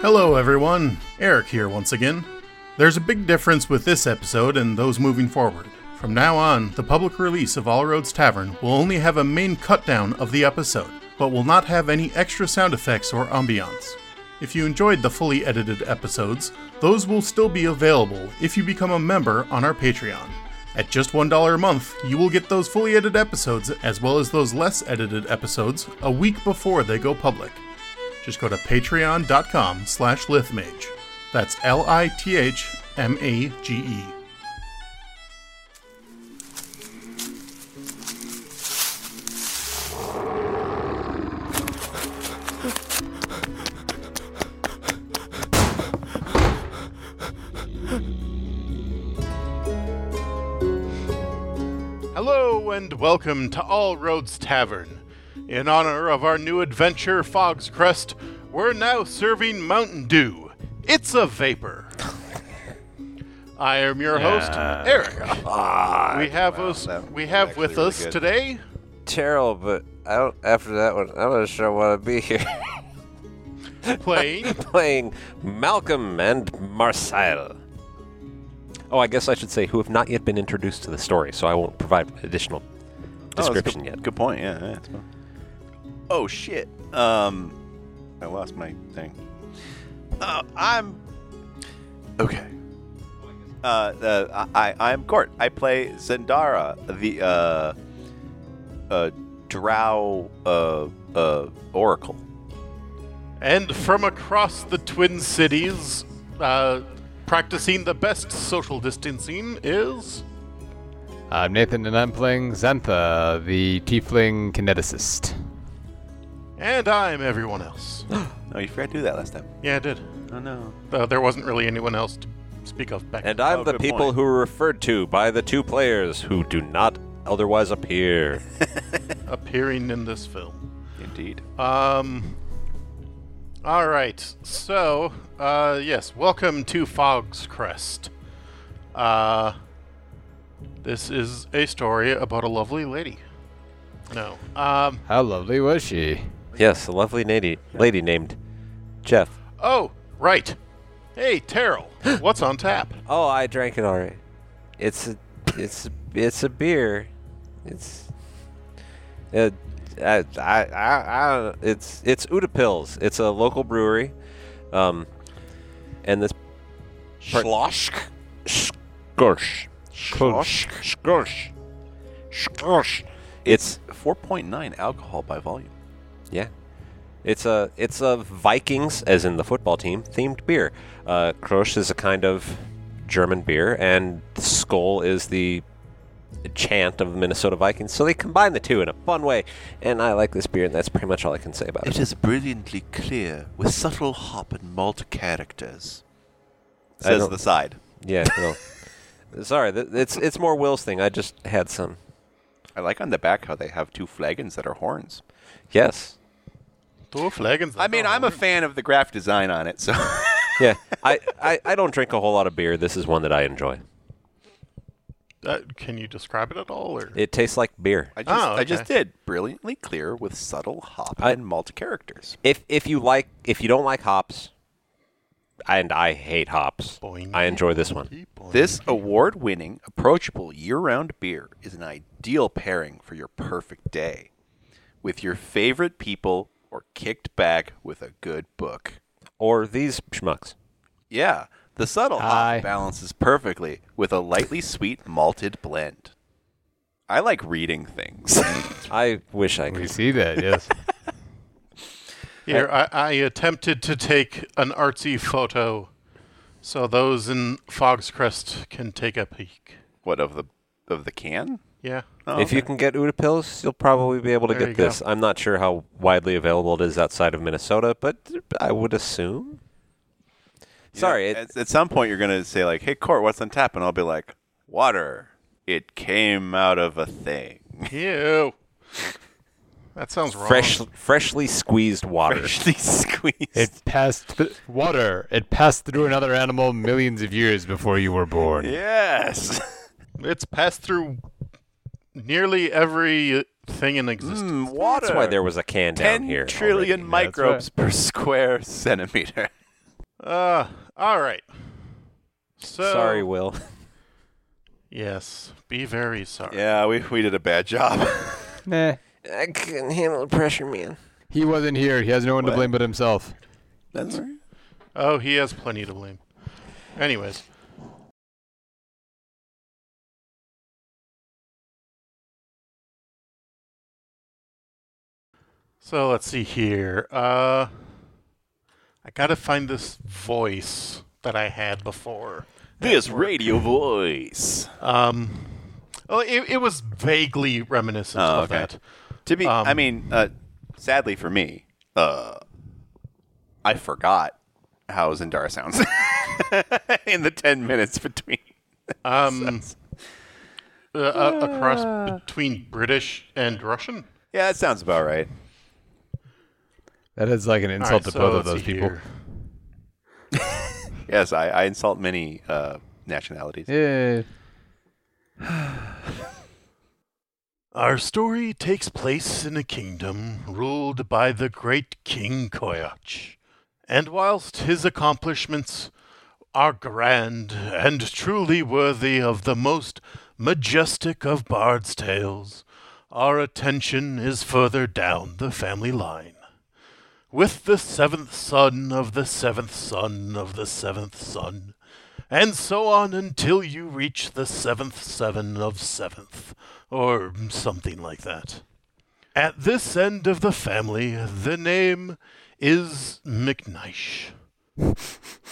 Hello, everyone. Eric here once again. There's a big difference with this episode and those moving forward. From now on, the public release of All Roads Tavern will only have a main cutdown of the episode, but will not have any extra sound effects or ambiance. If you enjoyed the fully edited episodes, those will still be available if you become a member on our Patreon. At just $1 a month, you will get those fully edited episodes, as well as those less edited episodes, a week before they go public just go to patreon.com slash lithmage that's l-i-t-h-m-a-g-e hello and welcome to all roads tavern in honor of our new adventure, Fog's Crest, we're now serving Mountain Dew. It's a vapor. I am your host, Eric. we have us. Ah, that we was have actually with really us good. today. Terrell, but I don't, after that one, I'm not sure I want to be here Playing. playing Malcolm and Marcel. Oh, I guess I should say who have not yet been introduced to the story, so I won't provide additional description Oh, good, yet. Good point. Yeah. yeah, it's fine. oh shit. Um, I lost my thing. Uh, I'm okay. Uh, uh, I I am Court. I play Zendara, the uh, uh, Drow uh, uh, Oracle. And from across the Twin Cities, uh, practicing the best social distancing is. I'm Uh, Nathan, and I'm playing Xantha, the Tiefling Kineticist. And I'm everyone else. No, Oh, you forgot to do that last time. Yeah, I did. Oh no. Uh, there wasn't really anyone else to speak of back And uh, I'm Oh, the good people point. who are referred to by the two players who do not otherwise appear. appearing in this film. Indeed. Um. All right. So, uh, yes, welcome to Fog's Crest. Uh, this is a story about a lovely lady. No. Um. How lovely was she? yes, a lovely lady, lady named Jeff. Oh, right. Hey, Terrell. what's on tap? Oh, I drank it already. It's a, it's it's a beer. It's uh, I, I, I, I don't know. it's it's Uda Pills. It's a local brewery. Um and this Schlosch Skorsch. Skorsch. Skorsch. Skorsch. It's 4.9 alcohol by volume. yeah. It's a it's a Vikings, as in the football team, themed beer. Uh, Krosch is a kind of German beer, and Skull is the chant of the Minnesota Vikings. So they combine the two in a fun way, and I like this beer, and that's pretty much all I can say about it. It is brilliantly clear with subtle hop and malt characters. I Says don't- the side. Yeah, no. Sorry, th- it's it's more Will's thing. I just had some. I like on the back how they have two flagons that are horns. Yes. Two flagons. I mean, Oh. uh, I'm a fan of the graph design on it, so Yeah. I, I, I don't drink a whole lot of beer. This is one that I enjoy. Uh, can you describe it at all? Or It tastes like beer. I just Oh, I just okay. did brilliantly clear with subtle hop I- and malt characters. if if you like if you don't like hops and I hate hops. Boing. I enjoy this one. Keep on- This Oh, award-winning, approachable year-round beer is an ideal pairing for your perfect day with your favorite people or kicked back with a good book. Or these schmucks. Yeah, the subtle Aye. hop balances perfectly with a lightly sweet malted blend. I like reading things. I wish I We could. see that, yes. Here, I, I attempted to take an artsy photo, so those in Fog's Crest can take a peek. what of the of the can? Yeah. Oh, If you can get Uda pills, you'll probably be able to There you get go. this. I'm not sure how widely available it is outside of Minnesota, but I would assume. You know, Sorry, it, at, at some point you're gonna say like, "Hey, Court, what's on tap?" And I'll be like, "Water. It came out of a thing." Ew. That sounds wrong. fresh, freshly squeezed water. Freshly squeezed. it passed th- water. It passed through another animal millions of years before you were born. yes. It's passed through nearly every uh, thing in existence. Mm, water. That's why there was a can down ten here. trillion already. That's microbes per square centimeter. Uh, all right. So Sorry, Will. Yes, be very sorry. Yeah, we, we did a bad job. Nah. I couldn't handle the pressure, man. He wasn't here. He has no one to blame but himself. That's Oh, he has plenty to blame. Anyways, so let's see here. Uh, I gotta find this voice that I had before. this radio voice. Um, oh, it, it was vaguely reminiscent Oh, of okay. that. To be, Um, I mean, uh, sadly for me, uh, I forgot how Zendara sounds in the ten minutes between. Um, uh, a, a cross between British and Russian. Yeah, that sounds about right. That is like an All right, insult to so both let's of those see people. here. Yes, I, I insult many uh, nationalities. Yeah. Our story takes place in a kingdom ruled by the great King Koyach. And whilst his accomplishments are grand and truly worthy of the most majestic of bard's tales, our attention is further down the family line. With the seventh son of the seventh son of the seventh son, and so on until you reach the seventh seven of seventh, or something like that. At this end of the family, the name is McNish.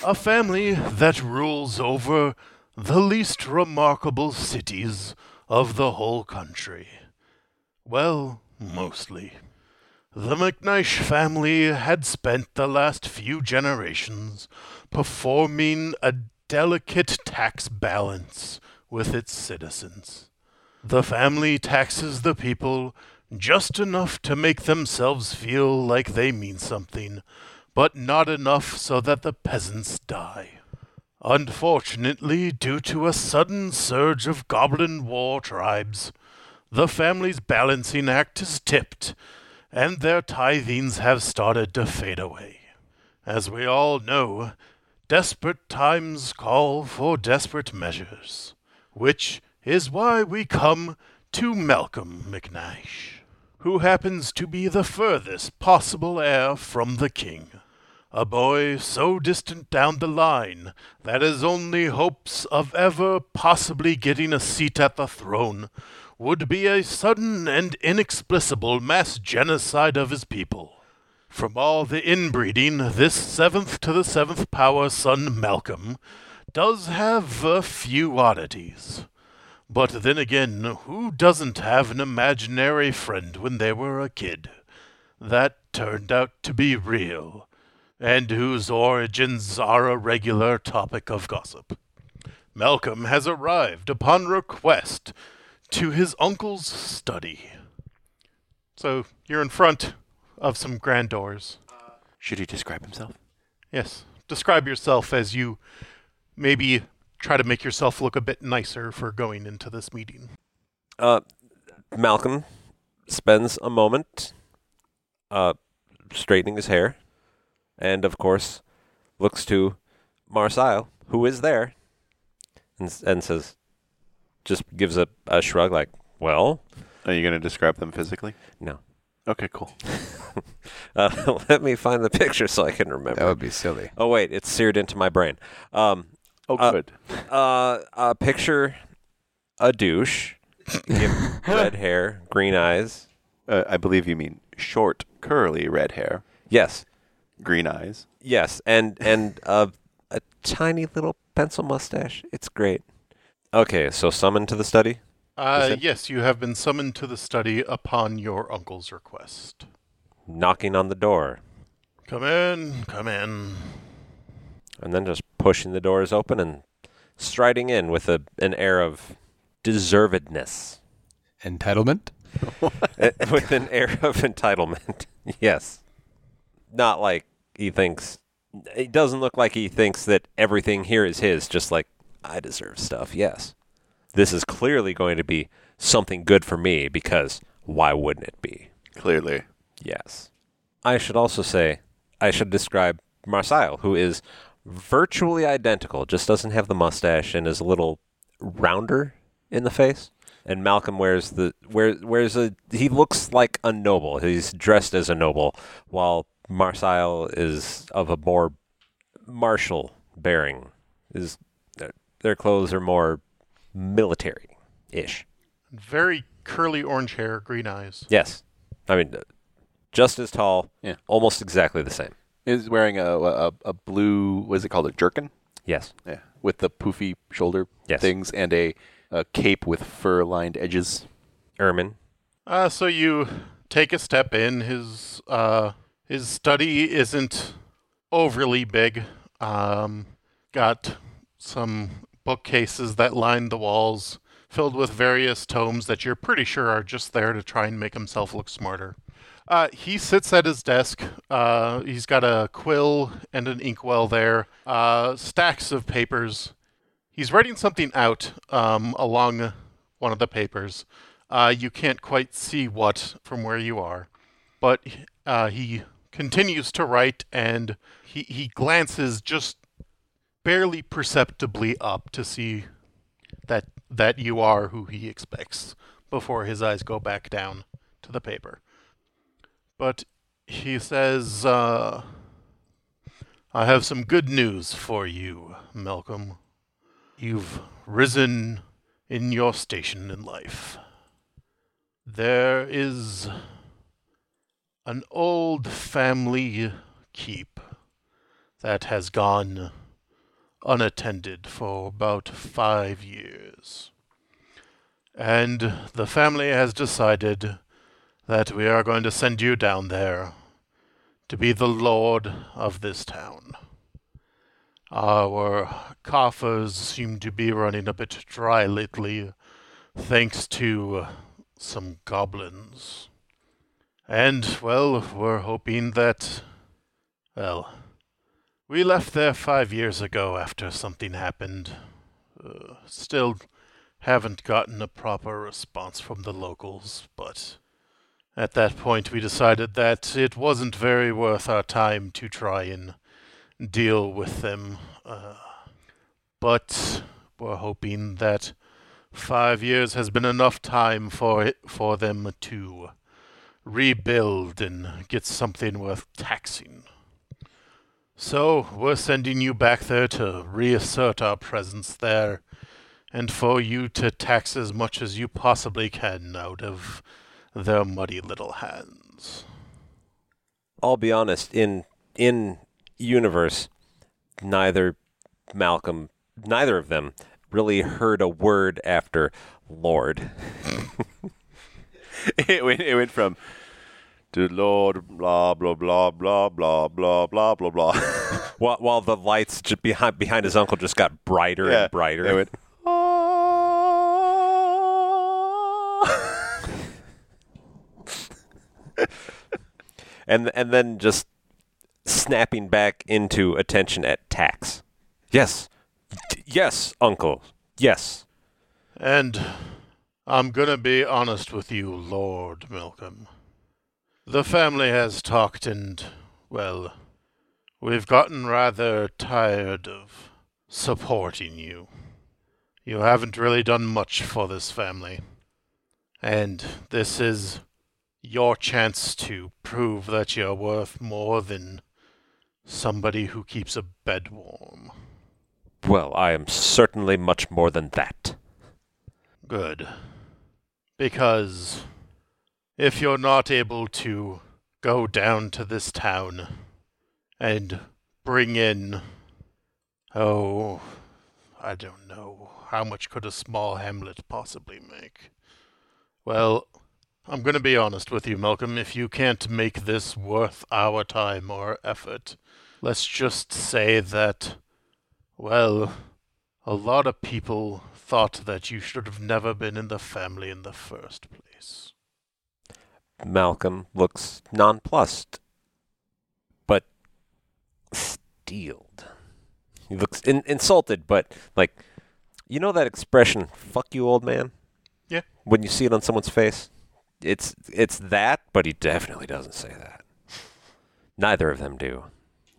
A family that rules over the least remarkable cities of the whole country. Well, mostly. The McNish family had spent the last few generations performing a delicate tax balance with its citizens. The family taxes the people just enough to make themselves feel like they mean something, but not enough so that the peasants die. Unfortunately, due to a sudden surge of goblin war tribes, the family's balancing act is tipped, and their tithings have started to fade away. As we all know, desperate times call for desperate measures, which is why we come to Malcolm McNash, who happens to be the furthest possible heir from the king. A boy so distant down the line that his only hopes of ever possibly getting a seat at the throne would be a sudden and inexplicable mass genocide of his people. From all the inbreeding, this seventh to the seventh power son Malcolm does have a few oddities. But then again, who doesn't have an imaginary friend when they were a kid? That turned out to be real, and whose origins are a regular topic of gossip. Malcolm has arrived upon request to his uncle's study. So you're in front of some grand doors. Should he describe himself? Yes. Describe yourself as you maybe try to make yourself look a bit nicer for going into this meeting. Uh, Malcolm spends a moment uh, straightening his hair, and of course, looks to Marcel, who is there, and, s- and says, just gives a, a shrug like, "Well, Are you going to describe them physically? no." Okay, cool. Uh, let me find the picture so I can remember. That would be silly. Oh wait, it's seared into my brain. Um, Oh, Uh, good. uh, uh, picture a douche, give red hair, green eyes. Uh, I believe you mean short, curly red hair, Yes, green eyes. Yes, and and uh, a tiny little pencil mustache. It's great. Okay, so summoned to the study. Uh, that- yes, you have been summoned to the study upon your uncle's request. Knocking on the door, Come in, come in. and then just pushing the doors open and striding in with a an air of deservedness, Entitlement? Eh, with an air of entitlement. yes, not like he thinks. It doesn't look like he thinks that everything here is his. Just like I deserve stuff. Yes, this is clearly going to be something good for me because why wouldn't it be? Clearly. Yes. I should also say I should describe Marcel, who is virtually identical, just doesn't have the mustache and is a little rounder in the face. And Malcolm wears the wear, wears a he looks like a noble. He's dressed as a noble, while Marcel is of a more martial bearing. Is their, their clothes are more military ish. Very curly orange hair, green eyes. Yes, I mean uh, just as tall. Yeah. almost exactly the same. Is wearing a, a a blue what is it called a jerkin? Yes. Yeah, with the poofy shoulder Yes. things and a, a cape with fur-lined edges. Ehrman. Uh, so you take a step in. His uh, his study isn't overly big. Um, got some bookcases that line the walls, filled with various tomes that you're pretty sure are just there to try and make himself look smarter. Uh, he sits at his desk. Uh, he's got a quill and an inkwell there. Uh, stacks of papers. He's writing something out um, along one of the papers. Uh, you can't quite see what from where you are, but uh, he continues to write and he, he glances just barely perceptibly up to see that that you are who he expects before his eyes go back down to the paper. But he says, uh, I have some good news for you, Malcolm. You've risen in your station in life. There is an old family keep that has gone unattended for about five years. And the family has decided that we are going to send you down there to be the lord of this town. Our coffers seem to be running a bit dry lately, thanks to uh, some goblins. And, well, we're hoping that. Well, we left there five years ago after something happened. Uh, still haven't gotten a proper response from the locals, but at that point we decided that it wasn't very worth our time to try and deal with them. Uh, but we're hoping that five years has been enough time for it, for them to rebuild and get something worth taxing. So we're sending you back there to reassert our presence there, and for you to tax as much as you possibly can out of their muddy little hands. I'll be honest, in in universe, neither Malcolm, neither of them really heard a word after Lord. it, went, it went from to Lord blah blah blah blah blah blah blah blah blah. While, while the lights j- behind behind his uncle just got brighter Yeah, and brighter. It went. "Ah." and and then just snapping back into attention at tax. Yes, yes, uncle. Yes. And I'm gonna be honest with you, Lord Malcolm. The family has talked, and, well, we've gotten rather tired of supporting you. You haven't really done much for this family. And this is your chance to prove that you're worth more than somebody who keeps a bed warm. Well, I am certainly much more than that. Good. Because if you're not able to go down to this town and bring in. Oh, I don't know. How much could a small hamlet possibly make? Well, I'm going to be honest with you, Malcolm. If you can't make this worth our time or effort, let's just say that. Well, a lot of people thought that you should have never been in the family in the first place. Malcolm looks nonplussed, but steeled. He looks in- insulted, but like, you know that expression "fuck you, old man." Yeah. When you see it on someone's face, it's it's that, but he definitely doesn't say that. Neither of them do.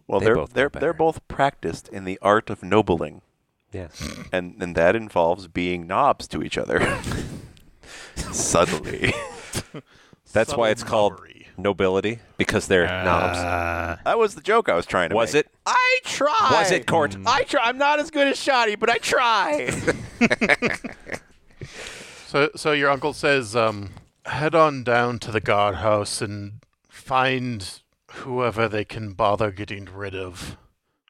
Well, They they are both they're look they're better. both practiced in the art of nobling, Yes. and and that involves being knobs to each other. Suddenly, That's why it's called Snobbery. nobility because they're Uh, knobs. Uh, that was the joke I was trying to Was make. it? I tried. Was it court? I try. I'm not as good as Shoddy, but I try. So, so your uncle says, um, head on down to the guard house and find whoever they can bother getting rid of.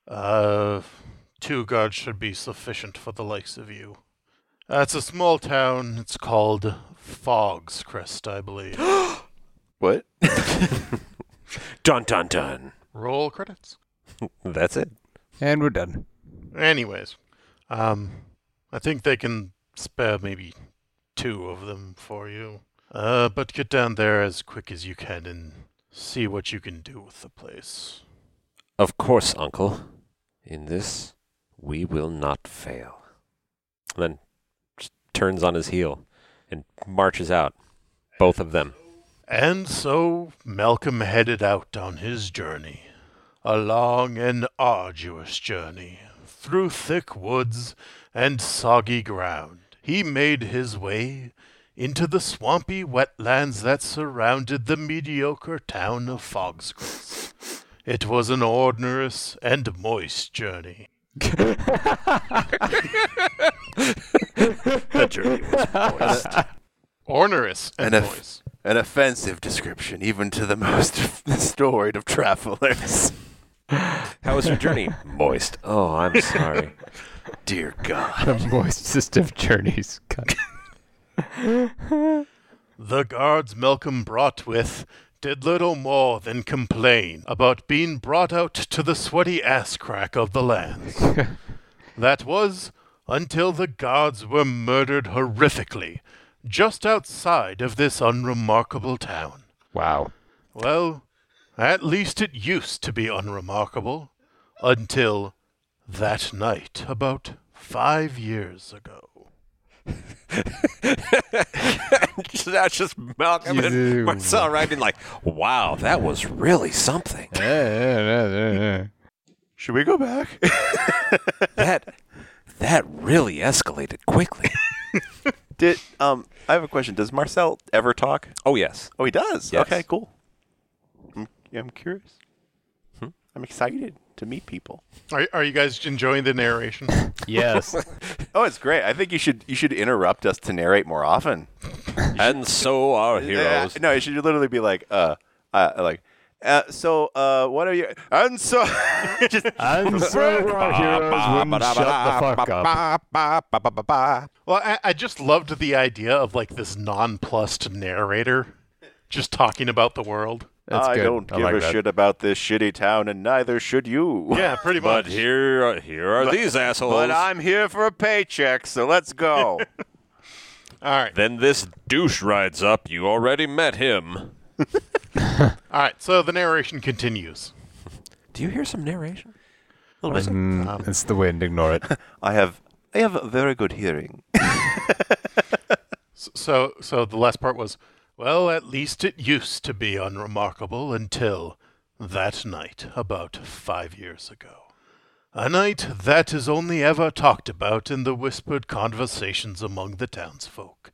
Uh, two guards should be sufficient for the likes of you. Uh, it's a small town. It's called Fog's Crest, I believe. what? Dun dun dun. Roll credits. That's it. And we're done. Anyways, um, I think they can spare maybe two of them for you. Uh, but get down there as quick as you can and see what you can do with the place. Of course, Uncle. In this, we will not fail. And then just turns on his heel and marches out. Both of them. And so Malcolm headed out on his journey, a long and arduous journey, through thick woods and soggy ground. He made his way into the swampy wetlands that surrounded the mediocre town of Fogscrest. It was an ordinous and moist journey. That journey was moist. Ornerous and, And if- moist. An offensive description, even to the most storied of travelers. How was your journey? Moist. Oh, I'm sorry. Dear God. The moistest of journeys. God. The guards Malcolm brought with did little more than complain about being brought out to the sweaty ass crack of the lands. that was until the guards were murdered horrifically just outside of this unremarkable town. Wow. Well, at least it used to be unremarkable until that night about five years ago. That's just Malcolm You- and Marcel writing like, wow, that was really something. Yeah, yeah, yeah, yeah, Should we go back? That that really escalated quickly. Did um I have a question. Does Marcel ever talk? Oh yes. Oh, he does. Yes. Okay, cool. I'm, I'm curious. I'm excited to meet people. Are, are you guys enjoying the narration? yeah. Yes. Oh, it's great. I think you should you should interrupt us to narrate more often. And so our Yeah, heroes. no, it should literally be like uh, uh like uh, so uh what are you and so just and so our heroes wouldn't shut the fuck up. Well, I, I just loved the idea of like this nonplussed narrator just talking about the world. That's I good. don't I give like a that. shit about this shitty town and neither should you. Yeah, pretty much. But here here are these assholes. But I'm here for a paycheck, so let's go. All right. Then this douche rides up. You already met him. All right. So the narration continues. Do you hear some narration? Mm, it's the wind. Ignore it. I have I have a very good hearing. S- So so the last part was, well, at least it used to be unremarkable until that night about 5 years ago. A night that is only ever talked about in the whispered conversations among the townsfolk.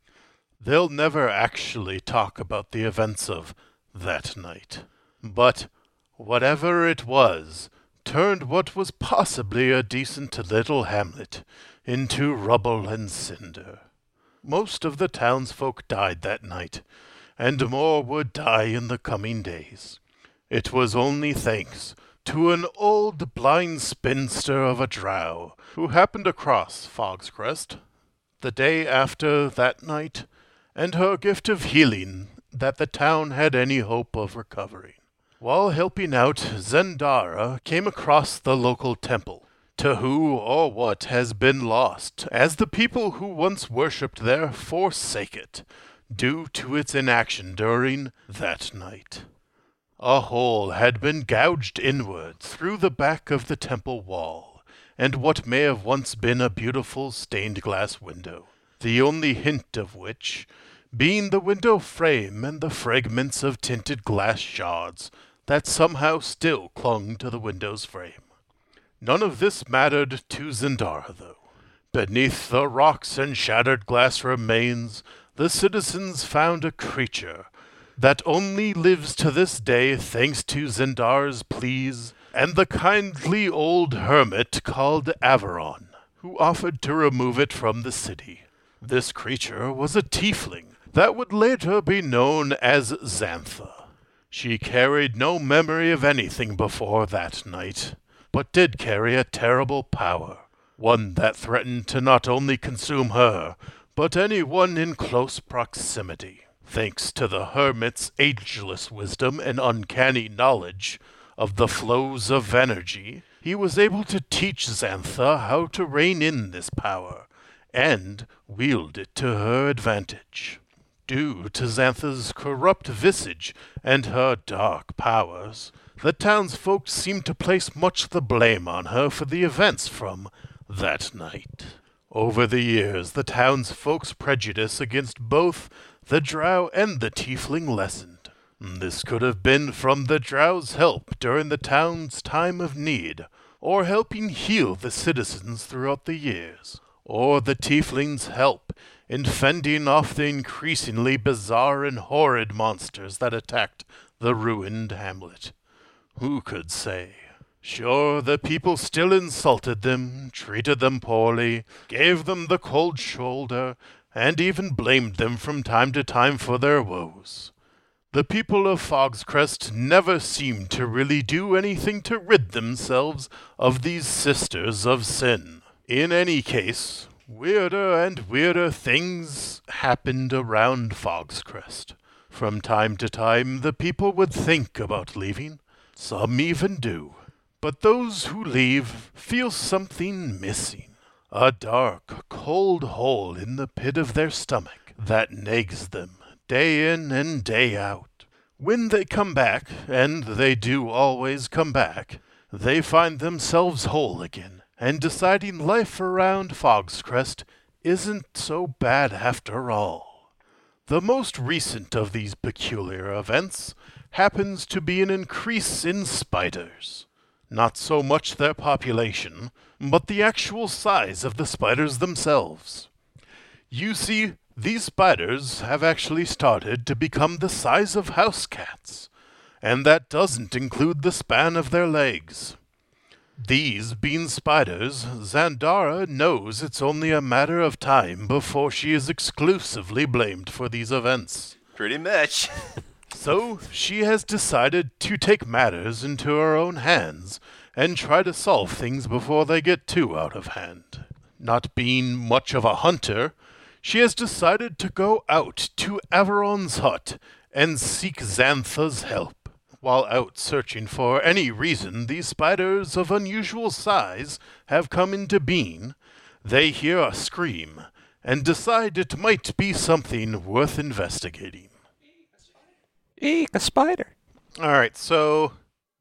They'll never actually talk about the events of that night. But whatever it was, turned what was possibly a decent little hamlet into rubble and cinder. Most of the townsfolk died that night, and more would die in the coming days. It was only thanks to an old blind spinster of a drow who happened across Fog's Crest the day after that night, and her gift of healing that the town had any hope of recovering. While helping out, Zendara came across the local temple, to who or what has been lost, as the people who once worshipped there forsake it, due to its inaction during that night. A hole had been gouged inward through the back of the temple wall, and what may have once been a beautiful stained glass window, the only hint of which being the window frame and the fragments of tinted glass shards that somehow still clung to the window's frame. None of this mattered to Zindara, though. Beneath the rocks and shattered glass remains, the citizens found a creature that only lives to this day thanks to Zindar's pleas and the kindly old hermit called Averon, who offered to remove it from the city. This creature was a tiefling that would later be known as Xantha. She carried no memory of anything before that night, but did carry a terrible power, one that threatened to not only consume her, but anyone in close proximity. Thanks to the hermit's ageless wisdom and uncanny knowledge of the flows of energy, he was able to teach Xantha how to rein in this power and wield it to her advantage. Due to Xantha's corrupt visage and her dark powers, the townsfolk seemed to place much the blame on her for the events from that night. Over the years, the townsfolk's prejudice against both the drow and the tiefling lessened. This could have been from the drow's help during the town's time of need, or helping heal the citizens throughout the years, or the tiefling's help in fending off the increasingly bizarre and horrid monsters that attacked the ruined hamlet. Who could say? Sure, the people still insulted them, treated them poorly, gave them the cold shoulder, and even blamed them from time to time for their woes. The people of Fog's Crest never seemed to really do anything to rid themselves of these sisters of sin. In any case, weirder and weirder things happened around Fog's Crest. From time to time, the people would think about leaving. Some even do. But those who leave feel something missing a dark, cold hole in the pit of their stomach that nags them day in and day out. When they come back, and they do always come back, they find themselves whole again, and deciding life around Fog's Crest isn't so bad after all. The most recent of these peculiar events happens to be an increase in spiders. Not so much their population, but the actual size of the spiders themselves. You see, these spiders have actually started to become the size of house cats, and that doesn't include the span of their legs. These being spiders, Zandara knows it's only a matter of time before she is exclusively blamed for these events. Pretty much. So she has decided to take matters into her own hands and try to solve things before they get too out of hand. Not being much of a hunter, she has decided to go out to Averon's hut and seek Xantha's help. While out searching for any reason these spiders of unusual size have come into being, they hear a scream and decide it might be something worth investigating. Eek, a spider. All right, so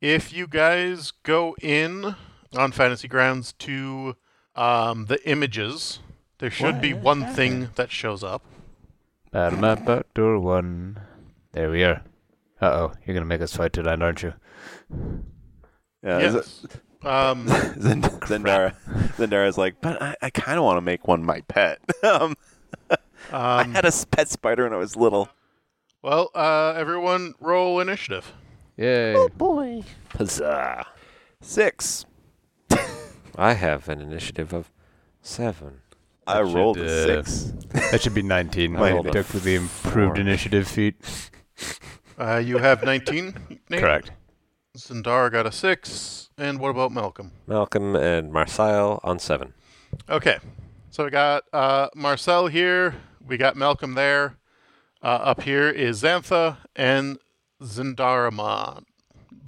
if you guys go in on Fantasy Grounds to um, the images, there should be one thing that shows up. Badamapa door one. There we are. Uh oh, you're gonna make us fight tonight, aren't you? Yeah, yes. Um, Zend- Zendara. Zendara's like, but I, I kind of want to make one my pet. um, I um, had a s- pet spider when I was little. well, uh, everyone, roll initiative. Yay. Boy. Huzzah. Six. I have an initiative of seven. I should, rolled uh, a six. That should be 19. Wait, I no. took with the improved Four. initiative feat. Uh, you have 19. Nate? Correct. Zendara got a six, and what about Malcolm? Malcolm and Marcel on seven. Okay, so we got uh, Marcel here. We got Malcolm there. Uh, up here is Xantha and Zendaramon.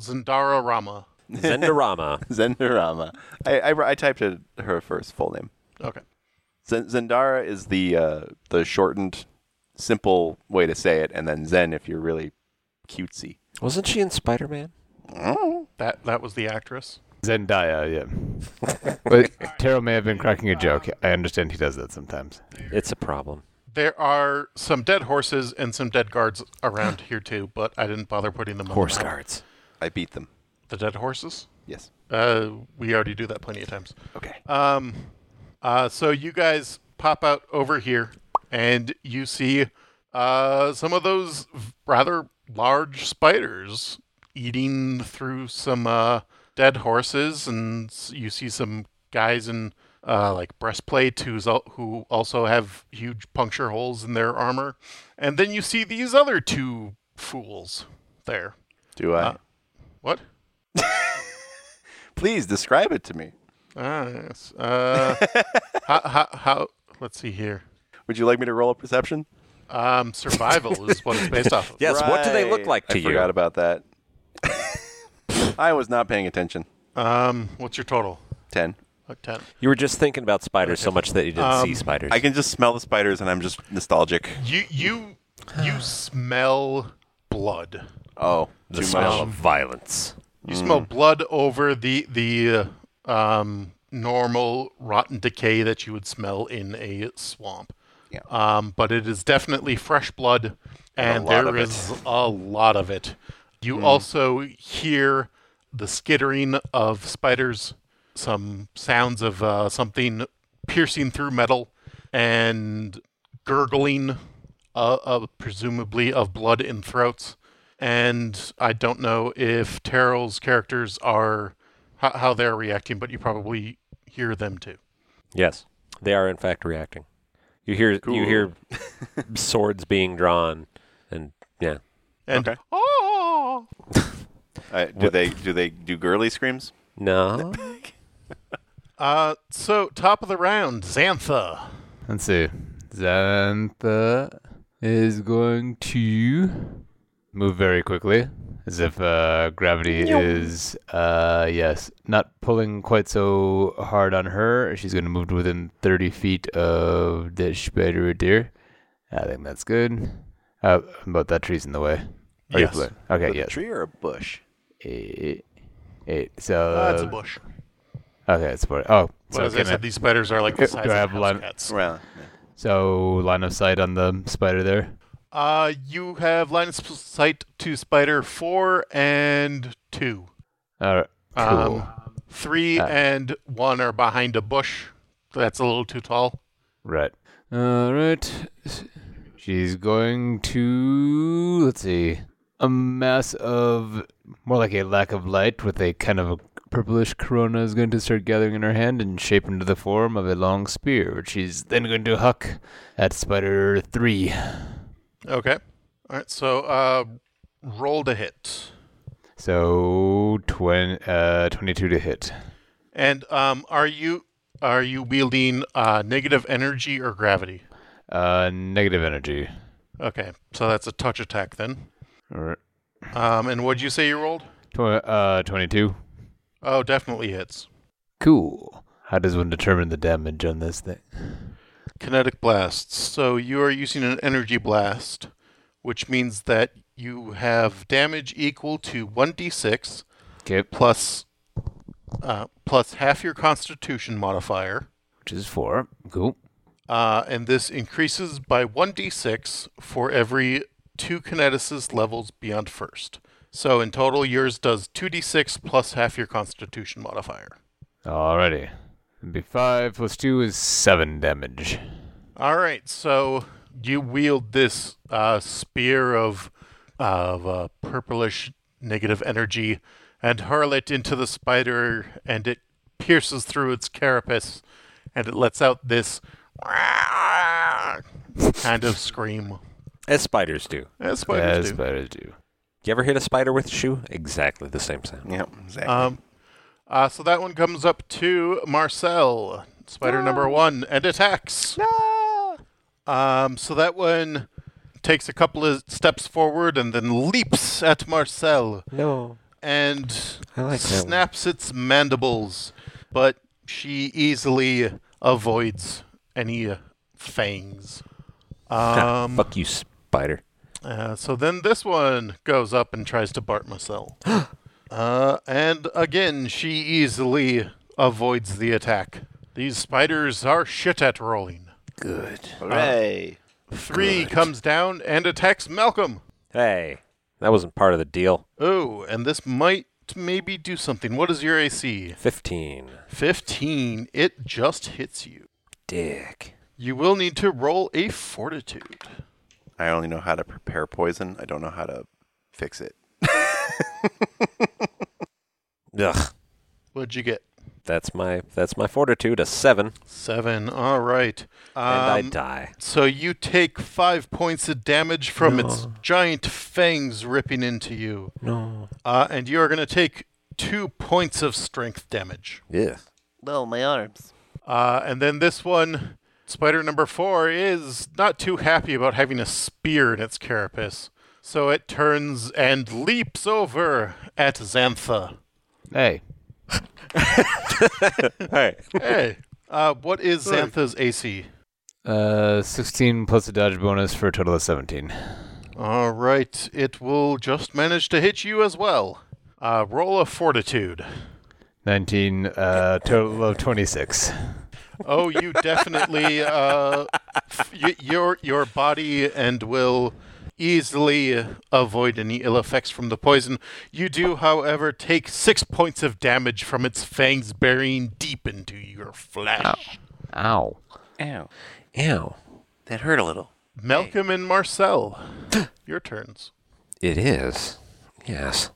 Zendararama. Zendarama. Zendarama. I, I, I typed it, her first full name. Okay. Zen- Zendara is the uh, the shortened, simple way to say it, and then Zen if you're really cutesy. Wasn't she in Spider Man? Mm. That that was the actress. Zendaya, yeah. but Taro may have been cracking a joke. I understand he does that sometimes. It's a problem. There are some dead horses and some dead guards around here too, but I didn't bother putting them on. the map. guards. I beat them. The dead horses? Yes. Uh, we already do that plenty of times. Okay. Um, uh, so you guys pop out over here, and you see uh, some of those rather large spiders eating through some uh, dead horses, and s- you see some guys in uh, like breastplate who's al- who also have huge puncture holes in their armor, and then you see these other two fools there. Do I? Uh, What? Please describe it to me. Ah, yes. Uh, how, how, how? Let's see here. Would you like me to roll a perception? Um, survival is what it's based off of. Yes. What do they look Right. like to I you? Forgot about that. I was not paying attention. Um, what's your total? Ten. Like ten. You were just thinking about spiders so much that you didn't see spiders. I can just smell the spiders, and I'm just nostalgic. You you you smell blood. Oh, the too smell much. of violence. You smell blood over the the uh, um normal rotten decay that you would smell in a swamp. Yeah. Um, but it is definitely fresh blood, and lot there of it. Hmm. is a lot of it. You also hear the skittering of spiders, some sounds of uh, something piercing through metal, and gurgling, uh, uh, presumably of blood in throats. And I don't know if Terrell's characters are how, how they're reacting, but you probably hear them too. Yes, they are in fact reacting. You hear you hear swords being drawn, and yeah, And Okay. oh, Uh, do they do they do girly screams? no, Uh, so top of the round, Xantha. Let's see. Xantha is going to move very quickly, as if uh, gravity is, uh, yes, not pulling quite so hard on her. She's going to move to within 30 feet of that spider right there. I think that's good. Uh, but that tree's in the way. Are you Yes. pla- Okay, yes. Tree or a bush? Eight. Eight. Uh, So. That's Ah, a bush. Okay, it's for. Oh, But so as I can I- said, these spiders are like Do I the size have of house line- cats. Well, so line of sight on the spider there. Uh, you have line of s- sight to spider four and two. All right. Cool. Um, three Uh. and one are behind a bush. That's a little too tall. right. All right. She's going to let's see, a mass of more like a lack of light with a kind of a purplish corona is going to start gathering in her hand and shape into the form of a long spear, which she's then going to huck at Spider Three. Okay. All right. So, uh, roll to hit. So twen- uh, twenty-two to hit. And um, are you are you wielding uh, negative energy or gravity? Uh, negative energy. Okay. So that's a touch attack then. All right. Um, and what'd you say you rolled? Tw- uh, 22. Oh, definitely hits. Cool. How does one determine the damage on this thing? Kinetic blasts. So you are using an energy blast, which means that you have damage equal to 1d6 Okay, plus uh, plus half your Constitution modifier, which is four. Cool. uh, and this increases by 1d6 for every two kineticist levels beyond first. So in total, yours does 2d6 plus half your Constitution modifier. Alrighty. It'd be five plus two is seven damage. All right, so you wield this uh, spear of of uh, purplish negative energy and hurl it into the spider, and it pierces through its carapace, and it lets out this kind of scream. as spiders do. As spiders As do. spiders do. You ever hit a spider with a shoe? Exactly the same sound. yeah, exactly. Um, uh, so that one comes up to Marcel, spider Ah. number one, and attacks. Um, so that one takes a couple of steps forward and then leaps at Marcel No. and I like that one. snaps its mandibles, but she easily avoids any uh, fangs. Um, Fuck you, spider. uh, so then this one goes up and tries to bart Marcel. uh, and again, she easily avoids the attack. These spiders are shit at rolling. Hooray! Three comes down and attacks Malcolm. Hey. That wasn't part of the deal. Oh, and this might maybe do something. What is your AC? 15. 15. It just hits you. Dick. You will need to roll a fortitude. I only know how to prepare poison. I don't know how to fix it. Ugh. What'd you get? That's my that's my fortitude, a seven, Seven. All right. and I Um, die. So you take five points of damage from its giant fangs ripping into you. No. Uh, and you are going to take two points of strength damage. Yeah. Well, my arms. Uh, and then this one, spider number four, is not too happy about having a spear in its carapace. So it turns and leaps over at Xantha. Hey, Hey. Hey, uh, what is Xantha's AC? uh, 16 plus a dodge bonus for a total of 17. All right, it will just manage to hit you as well. Uh, roll a fortitude. 19, uh, total of 26. Oh, you definitely uh, f- y- your your body and will easily avoid any ill effects from the poison. You do, however, take six points of damage from its fangs burying deep into your flesh. Ow. Ow. Ew. That hurt a little. Malcolm and Marcel, your turns. It is. Yes.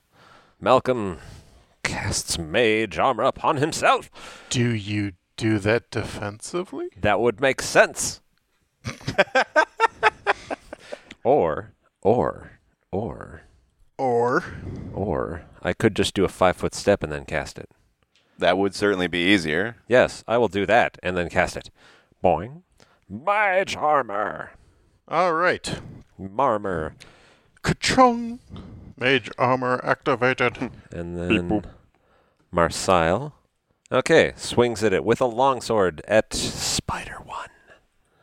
Malcolm casts mage armor upon himself. Do you do that defensively? That would make sense. or, or, or, Or or, I could just do a five foot step and then cast it. That would certainly be easier. Yes, I will do that and then cast it. Boing. Mage armor. all right, Marmor. Kachung. Mage armor activated. And then Marsile. Okay, swings at it with a longsword at Spider One.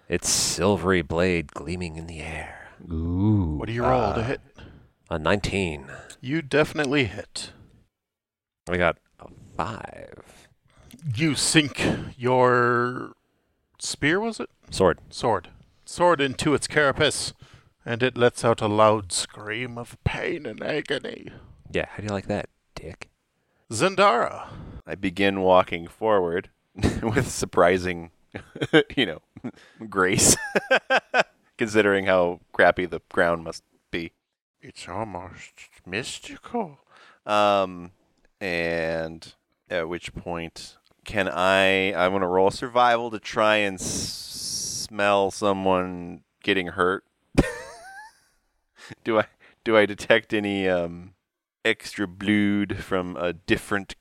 Its silvery blade gleaming in the air. Ooh. What do you roll Uh, to hit? A 19. You definitely hit. I got a 5. you sink your spear was it Sword. sword sword into its carapace and it lets out a loud scream of pain and agony Yeah, how do you like that, dick? zendara I begin walking forward with surprising, you know, grace, considering how crappy the ground must be. it's almost mystical Um, and at which point can I? I want to roll survival to try and s- smell someone getting hurt. do I do I detect any um extra blood from a different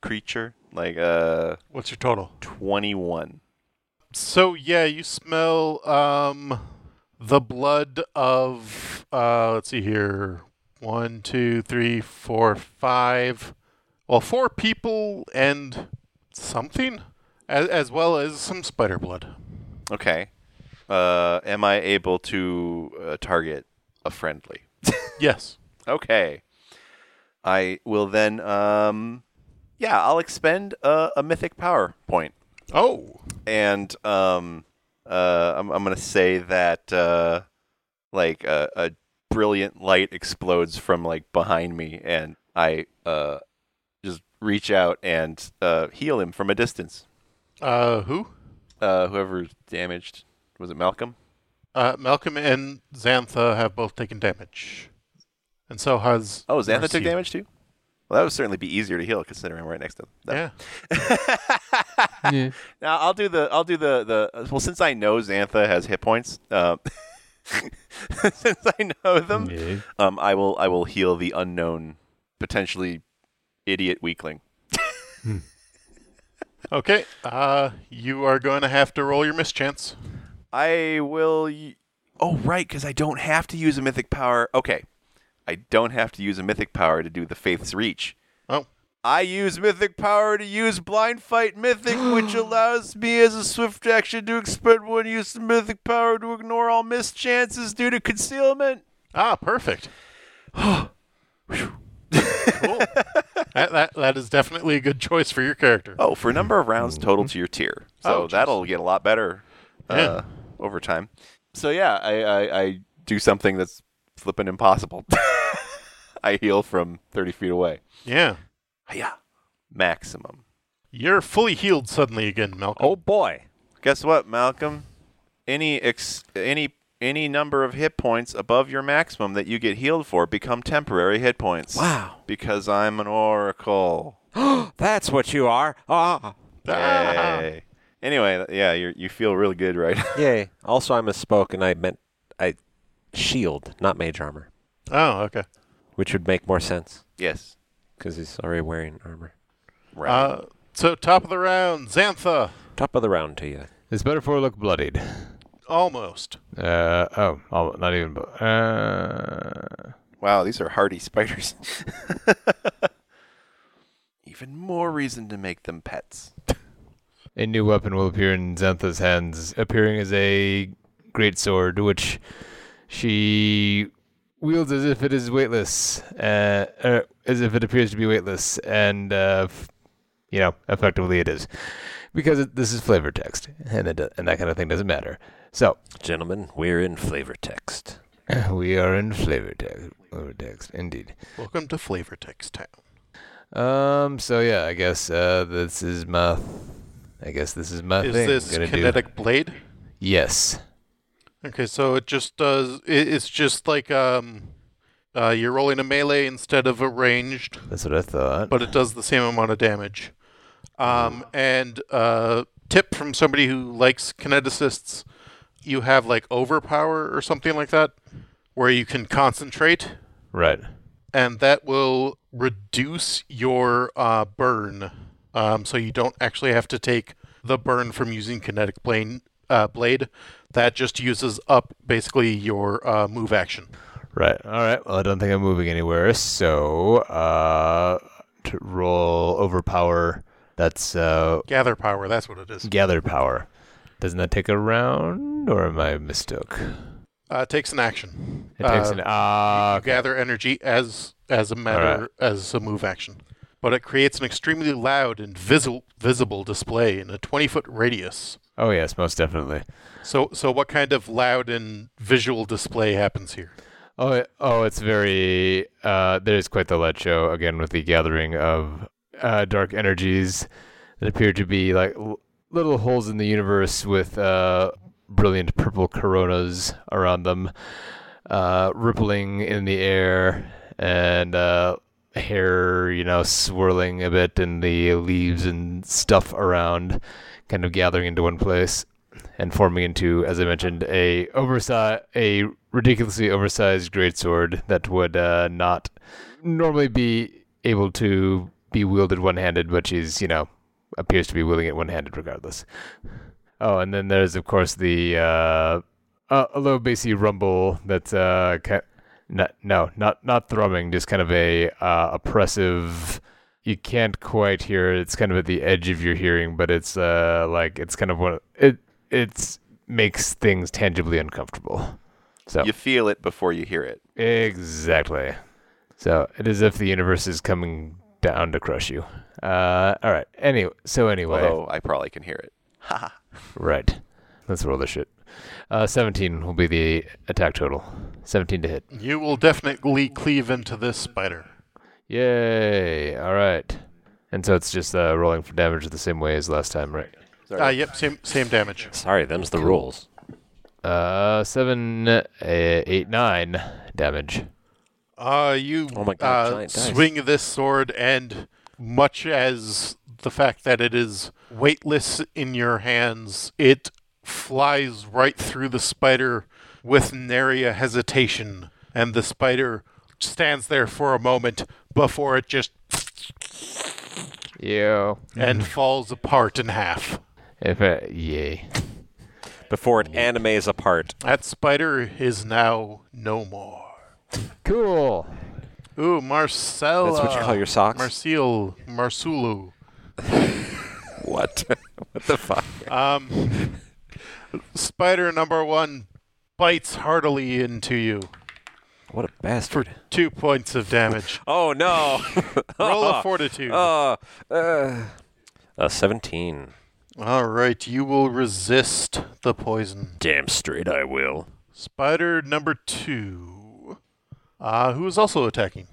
creature? Like uh what's your total twenty one. so yeah you smell um the blood of uh let's see here one two three four five well four people and something as, as well as some spider blood Okay. Uh, am I able to uh, target a friendly? yes Okay. I will then. Um, yeah, I'll expend a, a mythic power point, Oh, and um, uh, I'm, I'm gonna say that uh, like uh, a brilliant light explodes from like behind me, and I uh, just reach out and uh, heal him from a distance. uh, who? Uh, whoever's damaged was it Malcolm? Uh, Malcolm and Xantha have both taken damage, and so has. Oh, Xantha Marcia. took damage too. Well, that would certainly be easier to heal considering I'm right next to them. Yeah. Yeah. Now I'll do the I'll do the the well since I know Xantha has hit points. Uh, since I know them, um, I will I will heal the unknown potentially idiot weakling. Okay. Uh, you are going to have to roll your mischance. I will. Y- oh right, because I don't have to use a mythic power. Okay, I don't have to use a mythic power to do the Faith's Reach. Oh, I use mythic power to use blind fight mythic, which allows me as a swift action to expend one use of mythic power to ignore all missed chances due to concealment. ah, perfect. cool. That, that that is definitely a good choice for your character. Oh, for a number of rounds total to your tier. So Oh, jeez. that'll get a lot better uh, Yeah. over time. So yeah, I, I, I do something that's flippin' impossible. I heal from 30 feet away. Yeah. Yeah. Maximum. You're fully healed suddenly again, Malcolm. Oh boy. Guess what, Malcolm? Any ex- any any number of hit points above your maximum that you get healed for become temporary hit points. Wow. Because I'm an oracle. That's what you are. Ah. Yay. Anyway, yeah, you you feel really good right now. Yay. Also, I misspoke and I meant I shield, not mage armor, Oh, okay. which would make more sense yes. because he's already wearing armor. Right. Uh, so top of the round, Xantha. Top of the round to you. It's better for look bloodied. Almost. Uh, oh, oh, not even. bu- Uh, wow, these are hardy spiders. Even more reason to make them pets. a new weapon will appear in Xantha's hands, appearing as a great sword, which she wields as if it is weightless, uh, er, as if it appears to be weightless, and uh, f- you know, effectively it is, because it, this is flavor text, and it, do- and that kind of thing doesn't matter. So Gentlemen, we're in flavor text. we are in flavor text, flavor text indeed. Welcome to Flavor Text Town. Um. So yeah, I guess uh, this is my. I guess this is my Is thing. this Gonna do- kinetic blade? Yes. Okay, so it just does. It, it's just like um, uh, you're rolling a melee instead of a ranged, That's what I thought. but it does the same amount of damage. Um, and uh, tip from somebody who likes kineticists: you have like overpower or something like that, where you can concentrate, right. and that will reduce your uh, burn. Um, so you don't actually have to take the burn from using kinetic plane uh, blade. That just uses up basically your uh, move action. Right. All right. Well, I don't think I'm moving anywhere. So, uh, to roll overpower. That's uh, Gather power. That's what it is. gather power. Doesn't that take a round, or am I mistook? Uh, it takes an action. It takes Uh, an you ah. Gather energy as as a matter as a move action, but it creates an extremely loud and visible visible display in a twenty foot radius. oh yes, most definitely. So so what kind of loud and visual display happens here? Oh, it, oh, it's very. Uh, there's quite the light show again with the gathering of uh, dark energies that appear to be like l- little holes in the universe with uh, brilliant purple coronas around them, uh, rippling in the air, and uh, hair, you know, swirling a bit in the leaves and stuff around, kind of gathering into one place and forming into, as I mentioned, a oversized, a ridiculously oversized greatsword that would uh, not normally be able to be wielded one-handed, but she's, you know, appears to be wielding it one-handed regardless. Oh, and then there's of course the uh, uh, a low bassy rumble that's uh, ki- not, no, not not thrumming, just kind of a uh, oppressive. You can't quite hear it. It's kind of at the edge of your hearing, but it's uh, like it's kind of what it it's makes things tangibly uncomfortable. So You feel it before you hear it. exactly. So it is if the universe is coming down to crush you. Uh, all right. Anyway, so anyway, Although Oh, I probably can hear it. right. Let's roll this shit. Uh, 17 will be the attack total. 17 to hit. You will definitely cleave into this spider. Yay! All right. And so it's just uh, rolling for damage the same way as last time, right? Ah, yep, same same damage. Sorry, them's the rules. Uh, seven, uh, eight, nine damage. Uh, you Oh my God, uh, giant dice. swing this sword, and much as the fact that it is weightless in your hands, it flies right through the spider with nary a hesitation, and the spider stands there for a moment before it just Yo. Mm-hmm. and falls apart in half. If I, yay. Before it animes apart. That spider is now no more. Cool. Ooh, Marcella. That's what you call your socks? Marcel, Marsulu. What? what the fuck? Um, spider number one bites heartily into you. What a bastard. Two points of damage. Oh no. Roll a fortitude. Uh, uh, uh, 17. All right, you will resist the poison. Damn straight I will. Spider number two, uh, who is also attacking.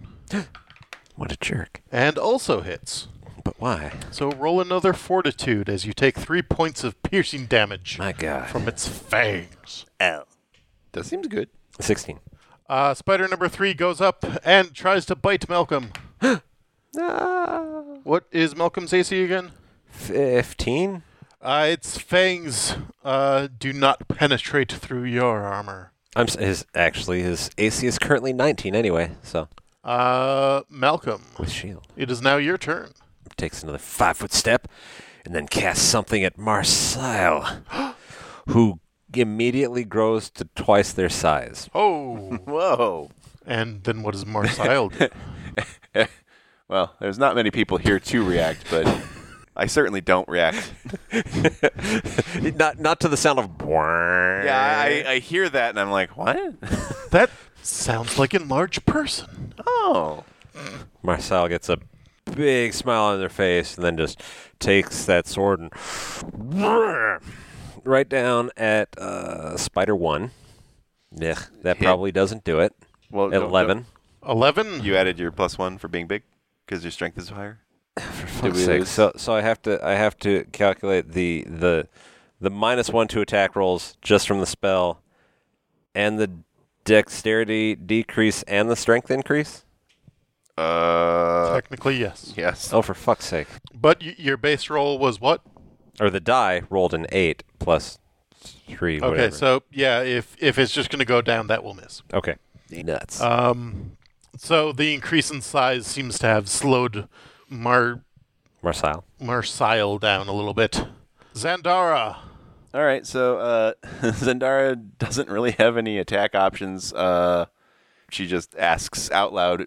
What a jerk. and also hits. But why? So roll another fortitude as you take three points of piercing damage My God. from its fangs. That seems good. 16. Uh, spider number three goes up and tries to bite Malcolm. Ah. what is Malcolm's AC again? 15? Uh, its fangs uh, do not penetrate through your armor. I'm s- his actually his AC is currently 19 anyway, so Uh, Malcolm, with shield it is now your turn. takes another five foot step, and then casts something at Marcel, who immediately grows to twice their size. Oh, Whoa. and then what does Marcel do? Well, there's not many people here to react, but I certainly don't react. not not to the sound of Yeah, I, I hear that and I'm like, what? That sounds like a large person. Oh. Marcel gets a big smile on their face and then just takes that sword and right down at uh, Spider One. Yeah, that Hit. probably doesn't do it. Well, no, no. Eleven. Eleven. You added your plus one for being big because your strength is higher. Fuck's sake. So so I have to I have to calculate the the the minus one to attack rolls just from the spell, and the dexterity decrease and the strength increase. Uh, Technically, yes. yes. Oh, for fuck's sake! But y- your base roll was what? Or the die rolled an eight plus three. Okay, whatever. so yeah, if if it's just going to go down, that will miss. okay. Nuts. Um, so the increase in size seems to have slowed Mar Marcel. Marcile down a little bit. Zandara, All right, so uh, Zendara doesn't really have any attack options. Uh, she just asks out loud,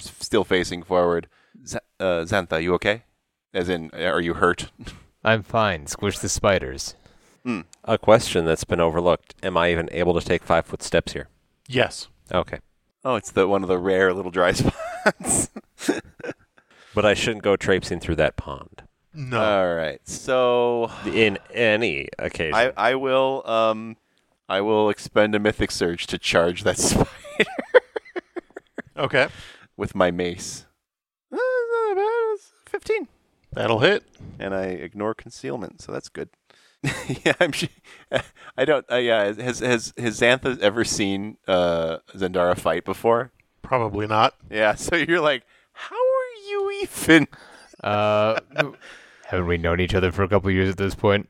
s- still facing forward, Z- uh, "Xantha, you okay? As in, are you hurt? I'm fine. Squish the spiders. Hmm. A question that's been overlooked. Am I even able to take five foot steps here? yes. Okay. Oh, it's the one of the rare little dry spots. But I shouldn't go traipsing through that pond No. All right, so in any occasion. I, I will um, I will expend a mythic surge to charge that spider okay, with my mace. Uh, not bad, it's Fifteen. that'll hit. and I ignore concealment, so that's good. yeah, I'm. Sh- I don't. Uh, yeah, has has has Xantha ever seen uh, Zendara fight before? Probably not. Yeah, so you're like, how are you even? Uh, haven't we known each other for a couple years at this point?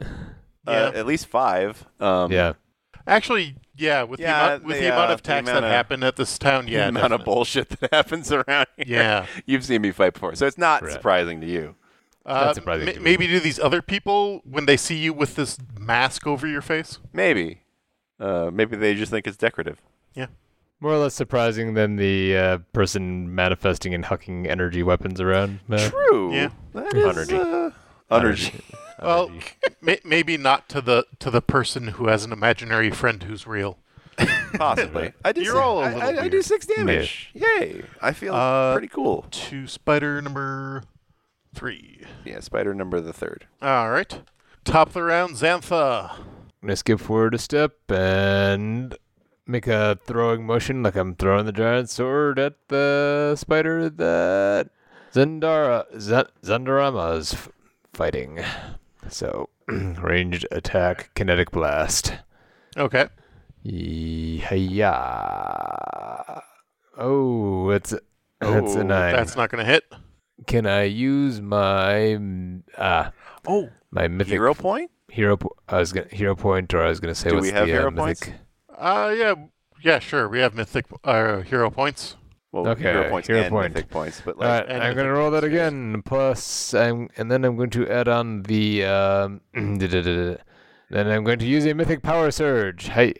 Uh, Yeah. at least five. Um, Yeah. Actually, yeah, with Yeah, the amount, with the, the, amount uh, of the attacks amount that of- happen at this town, The yeah, amount of definitely. bullshit that happens around here. Yeah. You've seen me fight before, so it's not Right. surprising to you. Uh, That's surprising ma- to me. maybe do these other people when they see you with this mask over your face? Maybe, uh, maybe they just think it's decorative. More or less surprising than the uh, person manifesting and hucking energy weapons around. Uh, True. Yeah. That is, Energy. uh, energy. Well, ma- maybe not to the to the person who has an imaginary friend who's real. Possibly. I do. You're six- all a I- little I, I do weird. six damage. Yay! I feel Uh, pretty cool. To spider number three. Yeah, spider number the third. All right. Top of the round, Xantha. I'm gonna skip forward a step and make a throwing motion like I'm throwing the giant sword at the spider that Zendara Z- Zendarama's f- fighting. So ranged attack, kinetic blast. Okay. Yeah. Oh, it's that's Oh, a nine. That's not going to hit. Can I use my mm, ah Oh, my mythic hero point? hero? po- I was gonna hero point, or I was gonna say Do what's we have the hero uh, mythic? points? Uh, yeah, yeah, sure. We have mythic uh, hero points. Well, Okay, hero points hero and point. Uh, mythic points, but All like, right, and I'm I gonna think roll that again. Plus, I'm and then I'm going to add on the. Um, then I'm going to use a mythic power surge. Hey,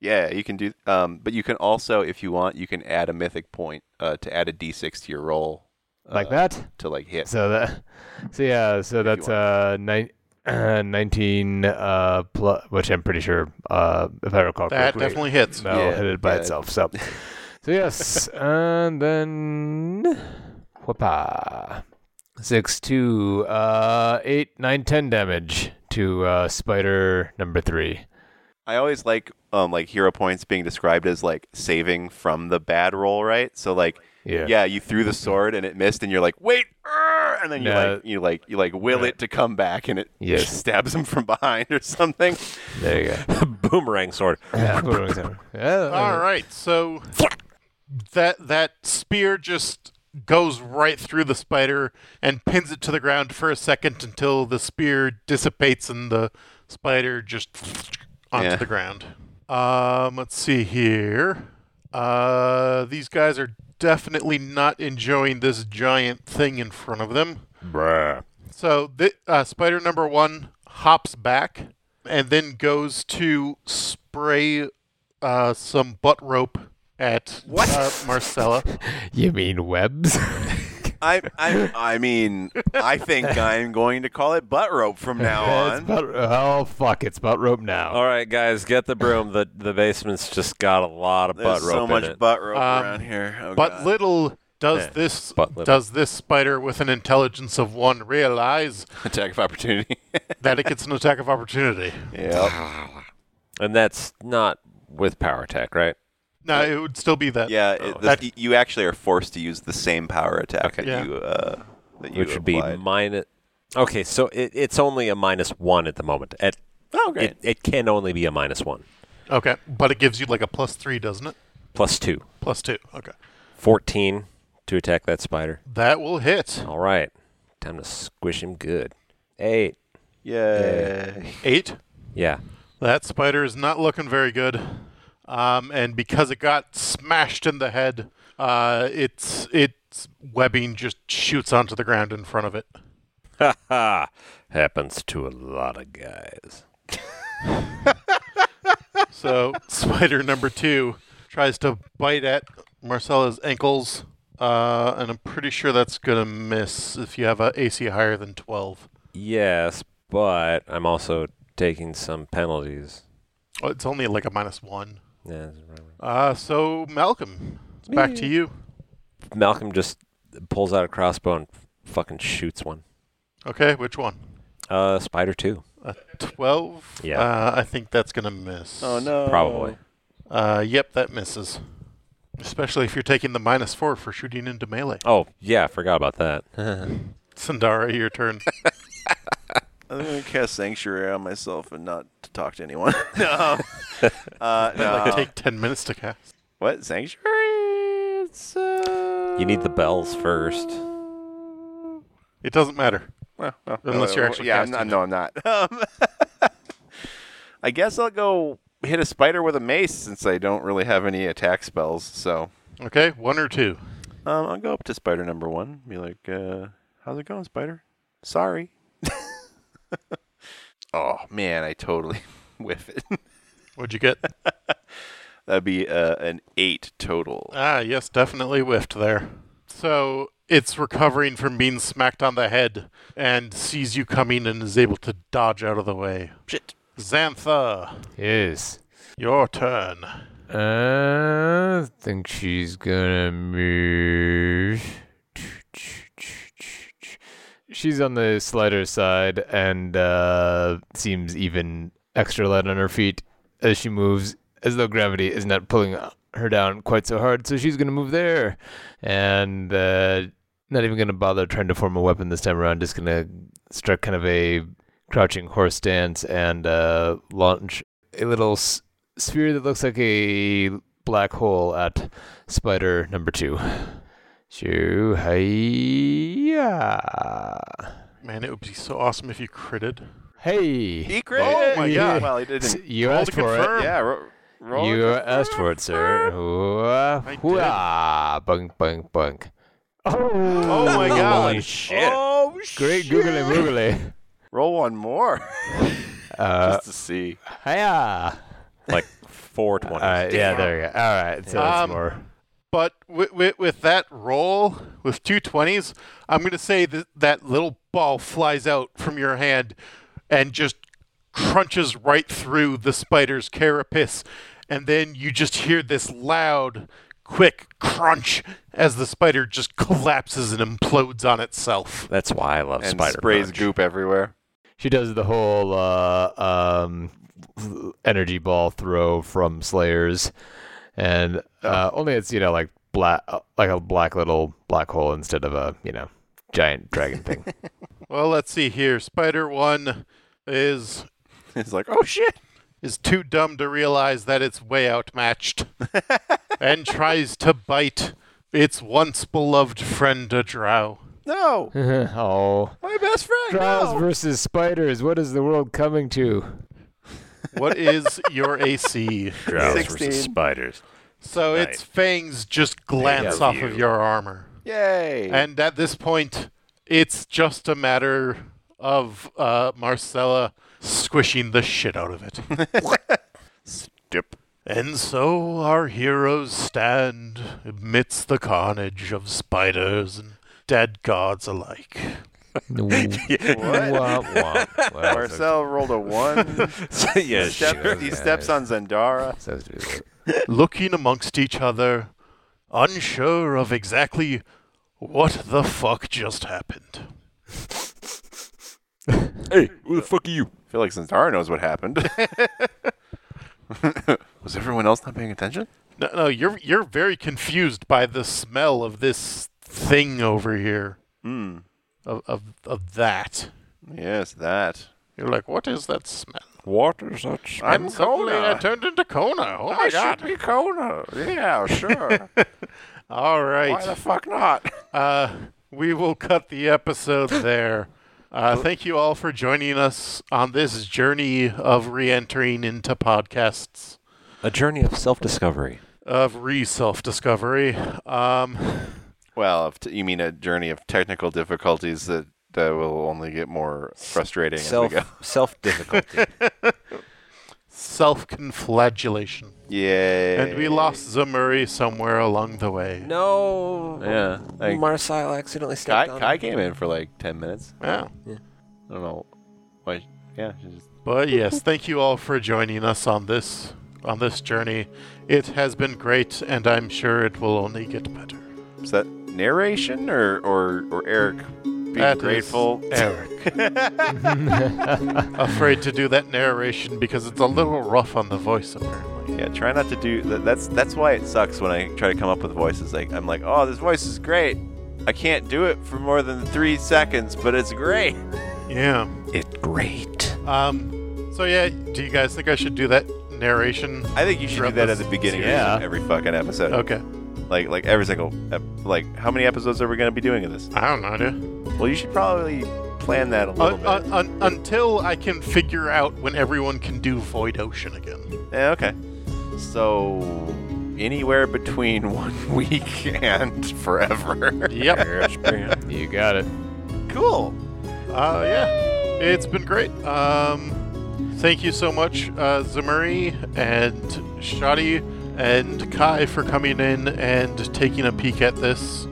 yeah, you can do. Um, but you can also, if you want, you can add a mythic point uh, to add a d6 to your roll. Uh, like that. to like hit. So that, so yeah, so that's uh, nine, uh 19 uh plus, which I'm pretty sure uh if I recall That correctly, definitely hits. that'll Yeah, hit it by yeah. itself. So, so yes, and then whoopa, six two uh eight nine ten damage to uh spider number three. I always like um like hero points being described as like saving from the bad roll, right? So like Yeah. yeah, you threw the sword and it missed, and you're like, wait, er," and then you No. like you like you like will it to come back, and it Yes. stabs him from behind or something. There you go. Boomerang sword. Yeah, put it on his arm. Yeah, All right, so that that spear just goes right through the spider and pins it to the ground for a second until the spear dissipates and the spider just onto Yeah. the ground. Um, let's see here. Uh, these guys are definitely not enjoying this giant thing in front of them. So the uh, spider number one hops back and then goes to spray uh, some butt rope at Uh, Marcella. You mean webs? I I I mean, I think I'm going to call it butt rope from now It's on. butt- oh fuck! It's butt rope now. All right, guys, get the broom. The the basement's just got a lot of butt There's rope so in much it. butt rope Um, around here. Oh, but God. little does Yeah, this but little. does this spider with an intelligence of one realize attack of opportunity. that it gets an attack of opportunity. yeah, and that's not with power attack, right? No, it would still be that. yeah. It, e this, That- you actually are forced to use the same power attack that Yeah. you uh, that you Which would be applied. minus. Okay, so it, it's only a minus one at the moment. At Oh, great. it, it can only be a minus one, Okay, but it gives you like a plus three, doesn't it? plus two. Plus two. Okay, 14 to attack that spider. that will hit All right, time to squish him good. Eight. Yay. eight. Yeah. That spider is not looking very good. Um, and because it got smashed in the head, uh, its its webbing just shoots onto the ground in front of it. Ha ha. Happens to a lot of guys. So spider number two tries to bite at Marcella's ankles, uh, and I'm pretty sure that's gonna miss if you have a AC higher than 12. Yes, but I'm also taking some penalties. Oh, it's only like a minus one. Yeah. Uh, so Malcolm, it's back to you. Malcolm just pulls out a crossbow and fucking shoots one. Okay, which one? Uh, Spider 2, A 12. Yeah. Uh, I think that's gonna miss. Oh no. probably. Uh, yep, that misses. Especially if you're taking the minus four for shooting into melee. Oh, yeah, I forgot about that. Sandara, your turn. I'm gonna cast sanctuary on myself and not to talk to anyone. no. Uh, no. Like, take ten minutes to cast. what sanctuary? It's, uh... you need the bells first. It doesn't matter. Well, well, Unless well, you're actually yeah. I'm casting not, no, I'm not. Um, I guess I'll go hit a spider with a mace since I don't really have any attack spells. So Okay, one or two. um, I'll go up to spider number one. Be like, uh, "How's it going, spider? Sorry." oh man, I totally whiff it. What'd you get? That'd be uh, an eight total. ah, yes, definitely whiffed there. So it's recovering from being smacked on the head and sees you coming and is able to dodge out of the way. Shit. Xantha, Yes. your turn. I think she's gonna move. She's on the slider side and uh, seems even extra light on her feet as she moves, as though gravity is not pulling her down quite so hard. So she's gonna move there, and uh, not even gonna bother trying to form a weapon this time around. Just gonna strike kind of a crouching horse stance and uh, launch a little s- sphere that looks like a black hole at spider number two. Shoo, hiya. Man, it would be so awesome if you critted. Hey. Oh my god. Well, he didn't. S- You Roll asked to for it. confirm. Yeah, ro- roll You it. asked for it, sir. Hooah, I did. hooah. Bunk, bunk, bunk. Oh my Holy god. shit. Oh, Great shit. googly moogly. Roll one more Uh, just to see. hiya. Like 420. Alright, yeah, there you go. All right, so Um, that's more. But with, with, with that roll, with two 20s, I'm going to say that that little ball flies out from your hand and just crunches right through the spider's carapace. And then you just hear this loud, quick crunch as the spider just collapses and implodes on itself. That's why I love And Spider sprays Crunch. goop everywhere. She does the whole uh, um, energy ball throw from Slayers, and uh, only it's you know like black, like a black little black hole instead of a you know giant dragon thing. Well, let's see here. Spider one is It's like, oh shit. is too dumb to realize that it's way outmatched, and tries to bite its once beloved friend a drow. No, oh, my best friend. Drows no. versus spiders. What is the world coming to? What is your AC? Drows 16. versus spiders. So its fangs just glance Yeah. off of your armor. Yay. And at this point, it's just a matter of uh, Marcella squishing the shit out of it. Dip. and so our heroes stand amidst the carnage of spiders and dead gods alike. Wah, wah. Well, Marcel rolled a one. yeah, Step- sure. he steps on Zendara. so stupid. Looking amongst each other, unsure of exactly what the fuck just happened. Hey, who the fuck are you? I feel like Zendara knows what happened. Was everyone else not paying attention? No, no, you're you're very confused by the smell of this thing over here. Hmm. Of of, of that. Yes, that. You're like, what is that smell? What is that? and suddenly I turned into Kona. Oh my god! be Kona. Yeah, sure. All Why the right, fuck not? uh, we will cut the episode there. Uh, thank you all for joining us on this journey of re-entering into podcasts A journey of self-discovery. of re-self discovery. Um, Well, if t- you mean a journey of technical difficulties that, that will only get more frustrating Self as we go. self difficulty. self-conflagellation, Yay. and we lost Zamuri somewhere along the way. no. Yeah. Like, Marcel accidentally stepped Kai, on. Kai came in for like 10 minutes. Yeah. I don't know. Why? Yeah. she just- But yes, thank you all for joining us on this on this journey. It has been great, and I'm sure it will only get better. Is that narration or, or, or Eric being That is grateful? Eric. Afraid to do that narration because it's a little rough on the voice, apparently. Yeah, try not to do that. That's that's why it sucks when I try to come up with voices. Like I'm like, oh, this voice is great. I can't do it for more than three seconds, but it's great. Yeah. It great. Um. So yeah, do you guys think I should do that narration? I think you should do that at the beginning Yeah. of every fucking episode. Uh, Okay. Like like every single ep- like how many episodes are we gonna be doing of this? I don't know, dude. Well, you should probably plan that a little Un- Uh, bit. un- un- until I can figure out when everyone can do Void Ocean again. Yeah, okay. So anywhere between one week and forever. Yep. You got it. cool. Uh, yeah, it's been great. Um, thank you so much, uh, Zamuri and Shadi and Kai for coming in and taking a peek at this.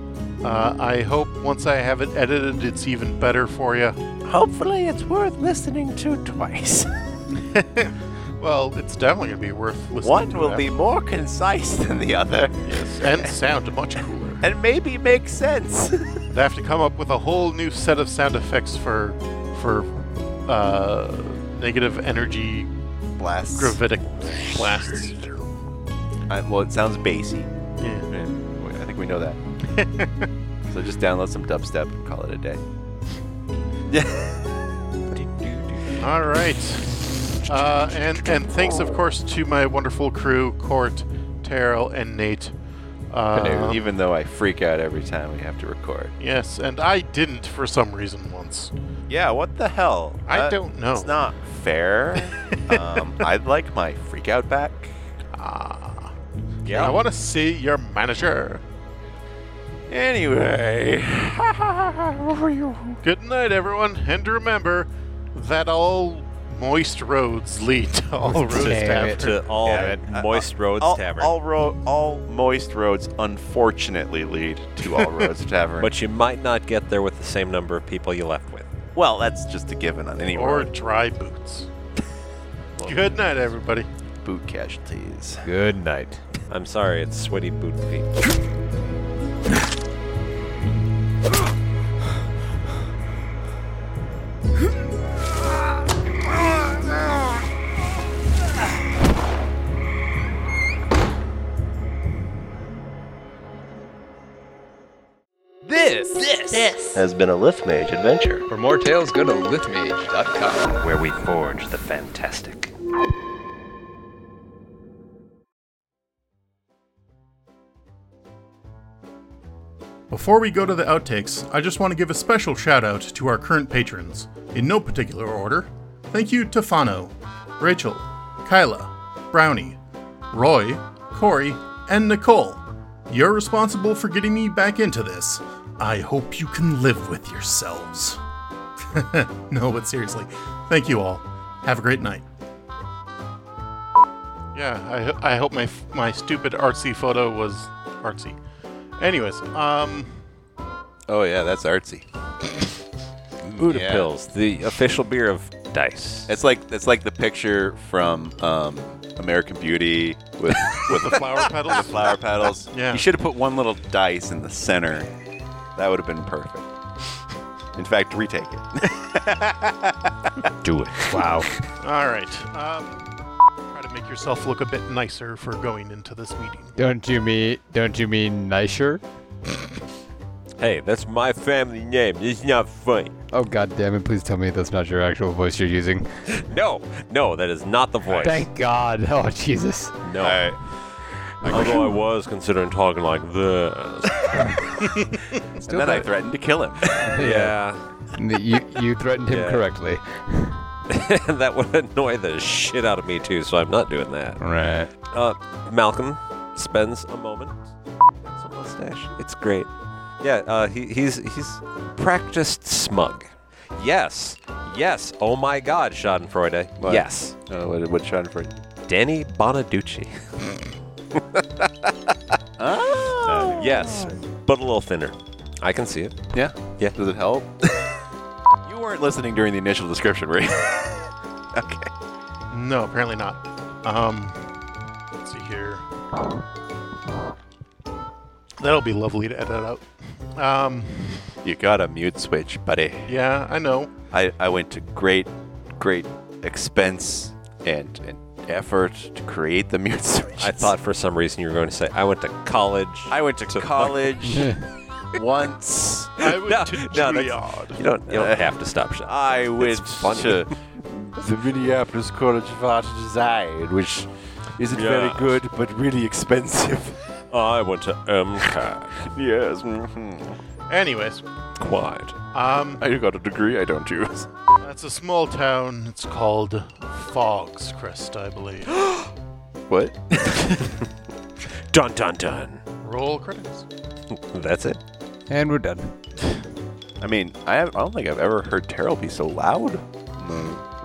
Uh, I hope once I have it edited, it's even better for you. Hopefully, it's worth listening to twice. Well, it's definitely gonna be worth listening. One to will that. be more concise than the other, yes, and sound much cooler. and maybe make sense. They have to come up with a whole new set of sound effects for for uh, negative energy Blast. gravitic blasts. I, well, it sounds bassy. Yeah. I think we know that. so just download some dubstep and call it a day. All right. Uh, and and thanks, of course, to my wonderful crew, Court, Terrell, and Nate. Uh, Even though I freak out every time we have to record. yes, and I didn't for some reason once. Yeah, what the hell? I Uh, don't know. It's not fair. um, I'd like my freak out back. Ah. I want to see your manager. Anyway. Good night, everyone, and remember that all moist roads lead to all roads Damn tavern. it. To all Yeah, uh, moist roads all, tavern. all, ro- all moist roads unfortunately lead to all roads tavern. but you might not get there with the same number of people you left with. well, that's just a given on any Or road. dry boots. Good night, everybody. boot casualties. Good night. I'm sorry, it's sweaty boot feet. This, has been a Lift Mage adventure. For more tales, go to lithmage.com. where we forge the fantastic. Before we go to the outtakes, I just want to give a special shout out to our current patrons, in no particular order. Thank you to Fano, Rachel, Kyla, Brownie, Roy, Corey, and Nicole. You're responsible for getting me back into this. I hope you can live with yourselves. no, but seriously, thank you all. Have a great night. Yeah, I, I hope my my stupid artsy photo was artsy. Anyways, um, Oh yeah, that's artsy. Buda Yeah. Pills, the official beer of Dice. It's like it's like the picture from um, American Beauty with with the flower petals. flower petals. Yeah. You should have put one little dice in the center. That would have been perfect. In fact, retake it. Do it. Wow. All right. Um, try to make yourself look a bit nicer for going into this meeting. don't you mean? Don't you mean nicer? Hey, that's my family name. It's not funny. Oh god damn it! Please tell me that's not your actual voice you're using. No, no, that is not the voice. Thank God. Oh Jesus. no. All right. Although I was considering talking like this. And then I threatened to kill him. yeah, you you threatened him Yeah. correctly. that would annoy the shit out of me too. So I'm not doing that. Right. Uh, Malcolm spends a moment. It's a mustache. It's great. Yeah, uh, he, he's he's practiced smug. Yes, yes. Oh my God, Schadenfreude. What? Yes, Uh, what, what Schadenfreude? Danny Bonaducci. Yes, but a little thinner. I can see it. Yeah. Yeah. Does it help? you weren't listening during the initial description, were you? okay. No, apparently not. Um, let's see here. That'll be lovely to edit out. Um, You got a mute switch, buddy. yeah, I know. I, I went to great, great expense and, and effort to create the mute switch. I thought for some reason you were going to say I went to college. I went to college once. Uh, I went No, to no, that's- Juilliard. you don't you don't have to stop. Sh- I went funny. to the Minneapolis College of Art and Design, which isn't Yeah. very good but really expensive. I went to MCAT. yes. mhm. Anyways, Quiet. um, I got a degree I don't use. that's a small town. It's called Fogs Crest, I believe. What? Dun dun dun. Roll credits. That's it. And we're done. I mean, I, have, I don't think I've ever heard Terrell be so loud.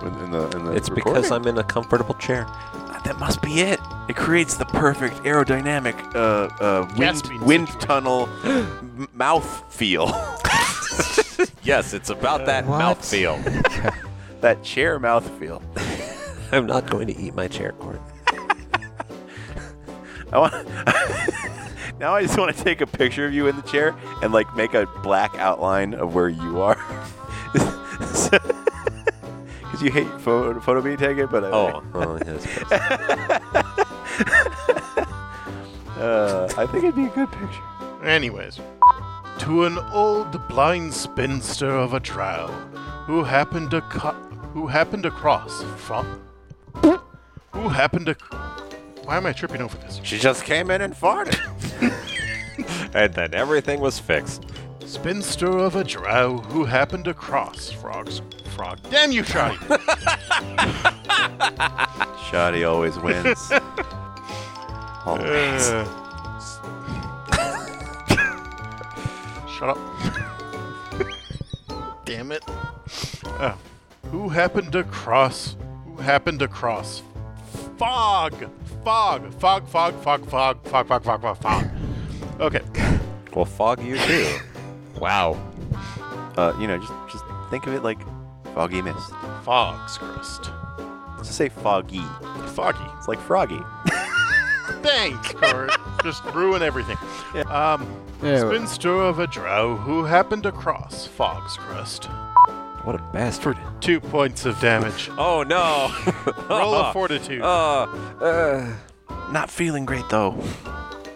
In the, in the, in the It's because I'm in a comfortable chair. Uh, That must be it. It creates the perfect aerodynamic uh, uh, Gasping wind, wind situation. tunnel m- mouth feel. Yes, it's about that What? mouthfeel. that chair mouth feel. I'm not going to eat my chair cord. I want. now I just want to take a picture of you in the chair and like make a black outline of where you are. Because you hate photo, photo being taken, but I, Oh, oh yes. uh, I think it'd be a good picture. Anyways, to an old blind spinster of a trow, who happened to co- who happened across from, who happened to. Why am I tripping over this? She just came in and farted. and then everything was fixed. Spinster of a drow who happened to cross frogs. Frog. Damn you, Shoddy! Shoddy always wins. Oh, always. Shut up. Damn it. Oh. Who happened to cross? Who happened to cross? Fog! Fog! Fog, fog, fog, fog, fog, fog, fog, fog, fog. Okay. Well, fog you too. Wow. Uh, you know, just just think of it like foggy mist. Fog's crust. Just say foggy. Foggy. It's like froggy. Thanks, Cor. Just ruin everything. Um, Yeah, well- spinster of a drow who happened to cross Fog's crest what a for bastard. two points of damage. Oh no. Roll a fortitude. Uh, uh, Not feeling great though.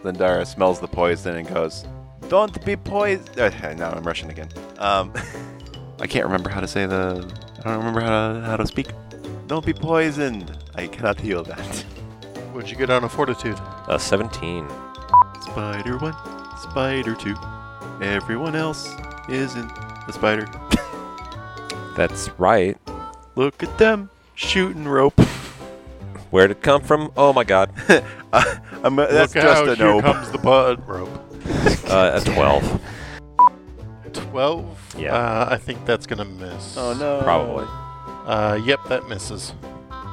Lindara smells the poison and goes, Don't be poisoned. Uh, now I'm Russian again. Um, I can't remember how to say the. I don't remember how to, how to speak. Don't be poisoned. I cannot heal that. Would you get on a fortitude? Uh, 17. Spider one, spider two. Everyone else isn't a spider. That's right. Look at them shooting rope. Where'd it come from? Oh my god. I'm, that's Look just out, a here nope. comes the butt rope. Uh, a 12. 12? Yeah. Uh, I think that's going to miss. Oh no. Probably. Uh, yep, that misses.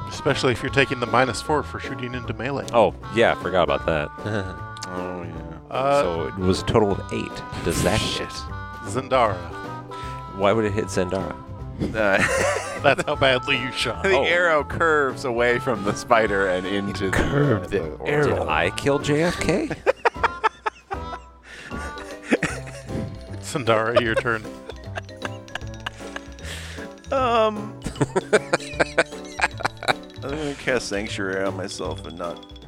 Especially if you're taking the minus four for shooting into melee. Oh, yeah, I forgot about that. Oh yeah. Uh, so it was a total of 8. Does that hit? Zendara. Why would it hit Zendara? Uh, That's how badly you shot. the Oh. arrow curves away from the spider and into the curved the, Did I kill JFK? Zendara, your turn. Um, I'm gonna cast sanctuary on myself and not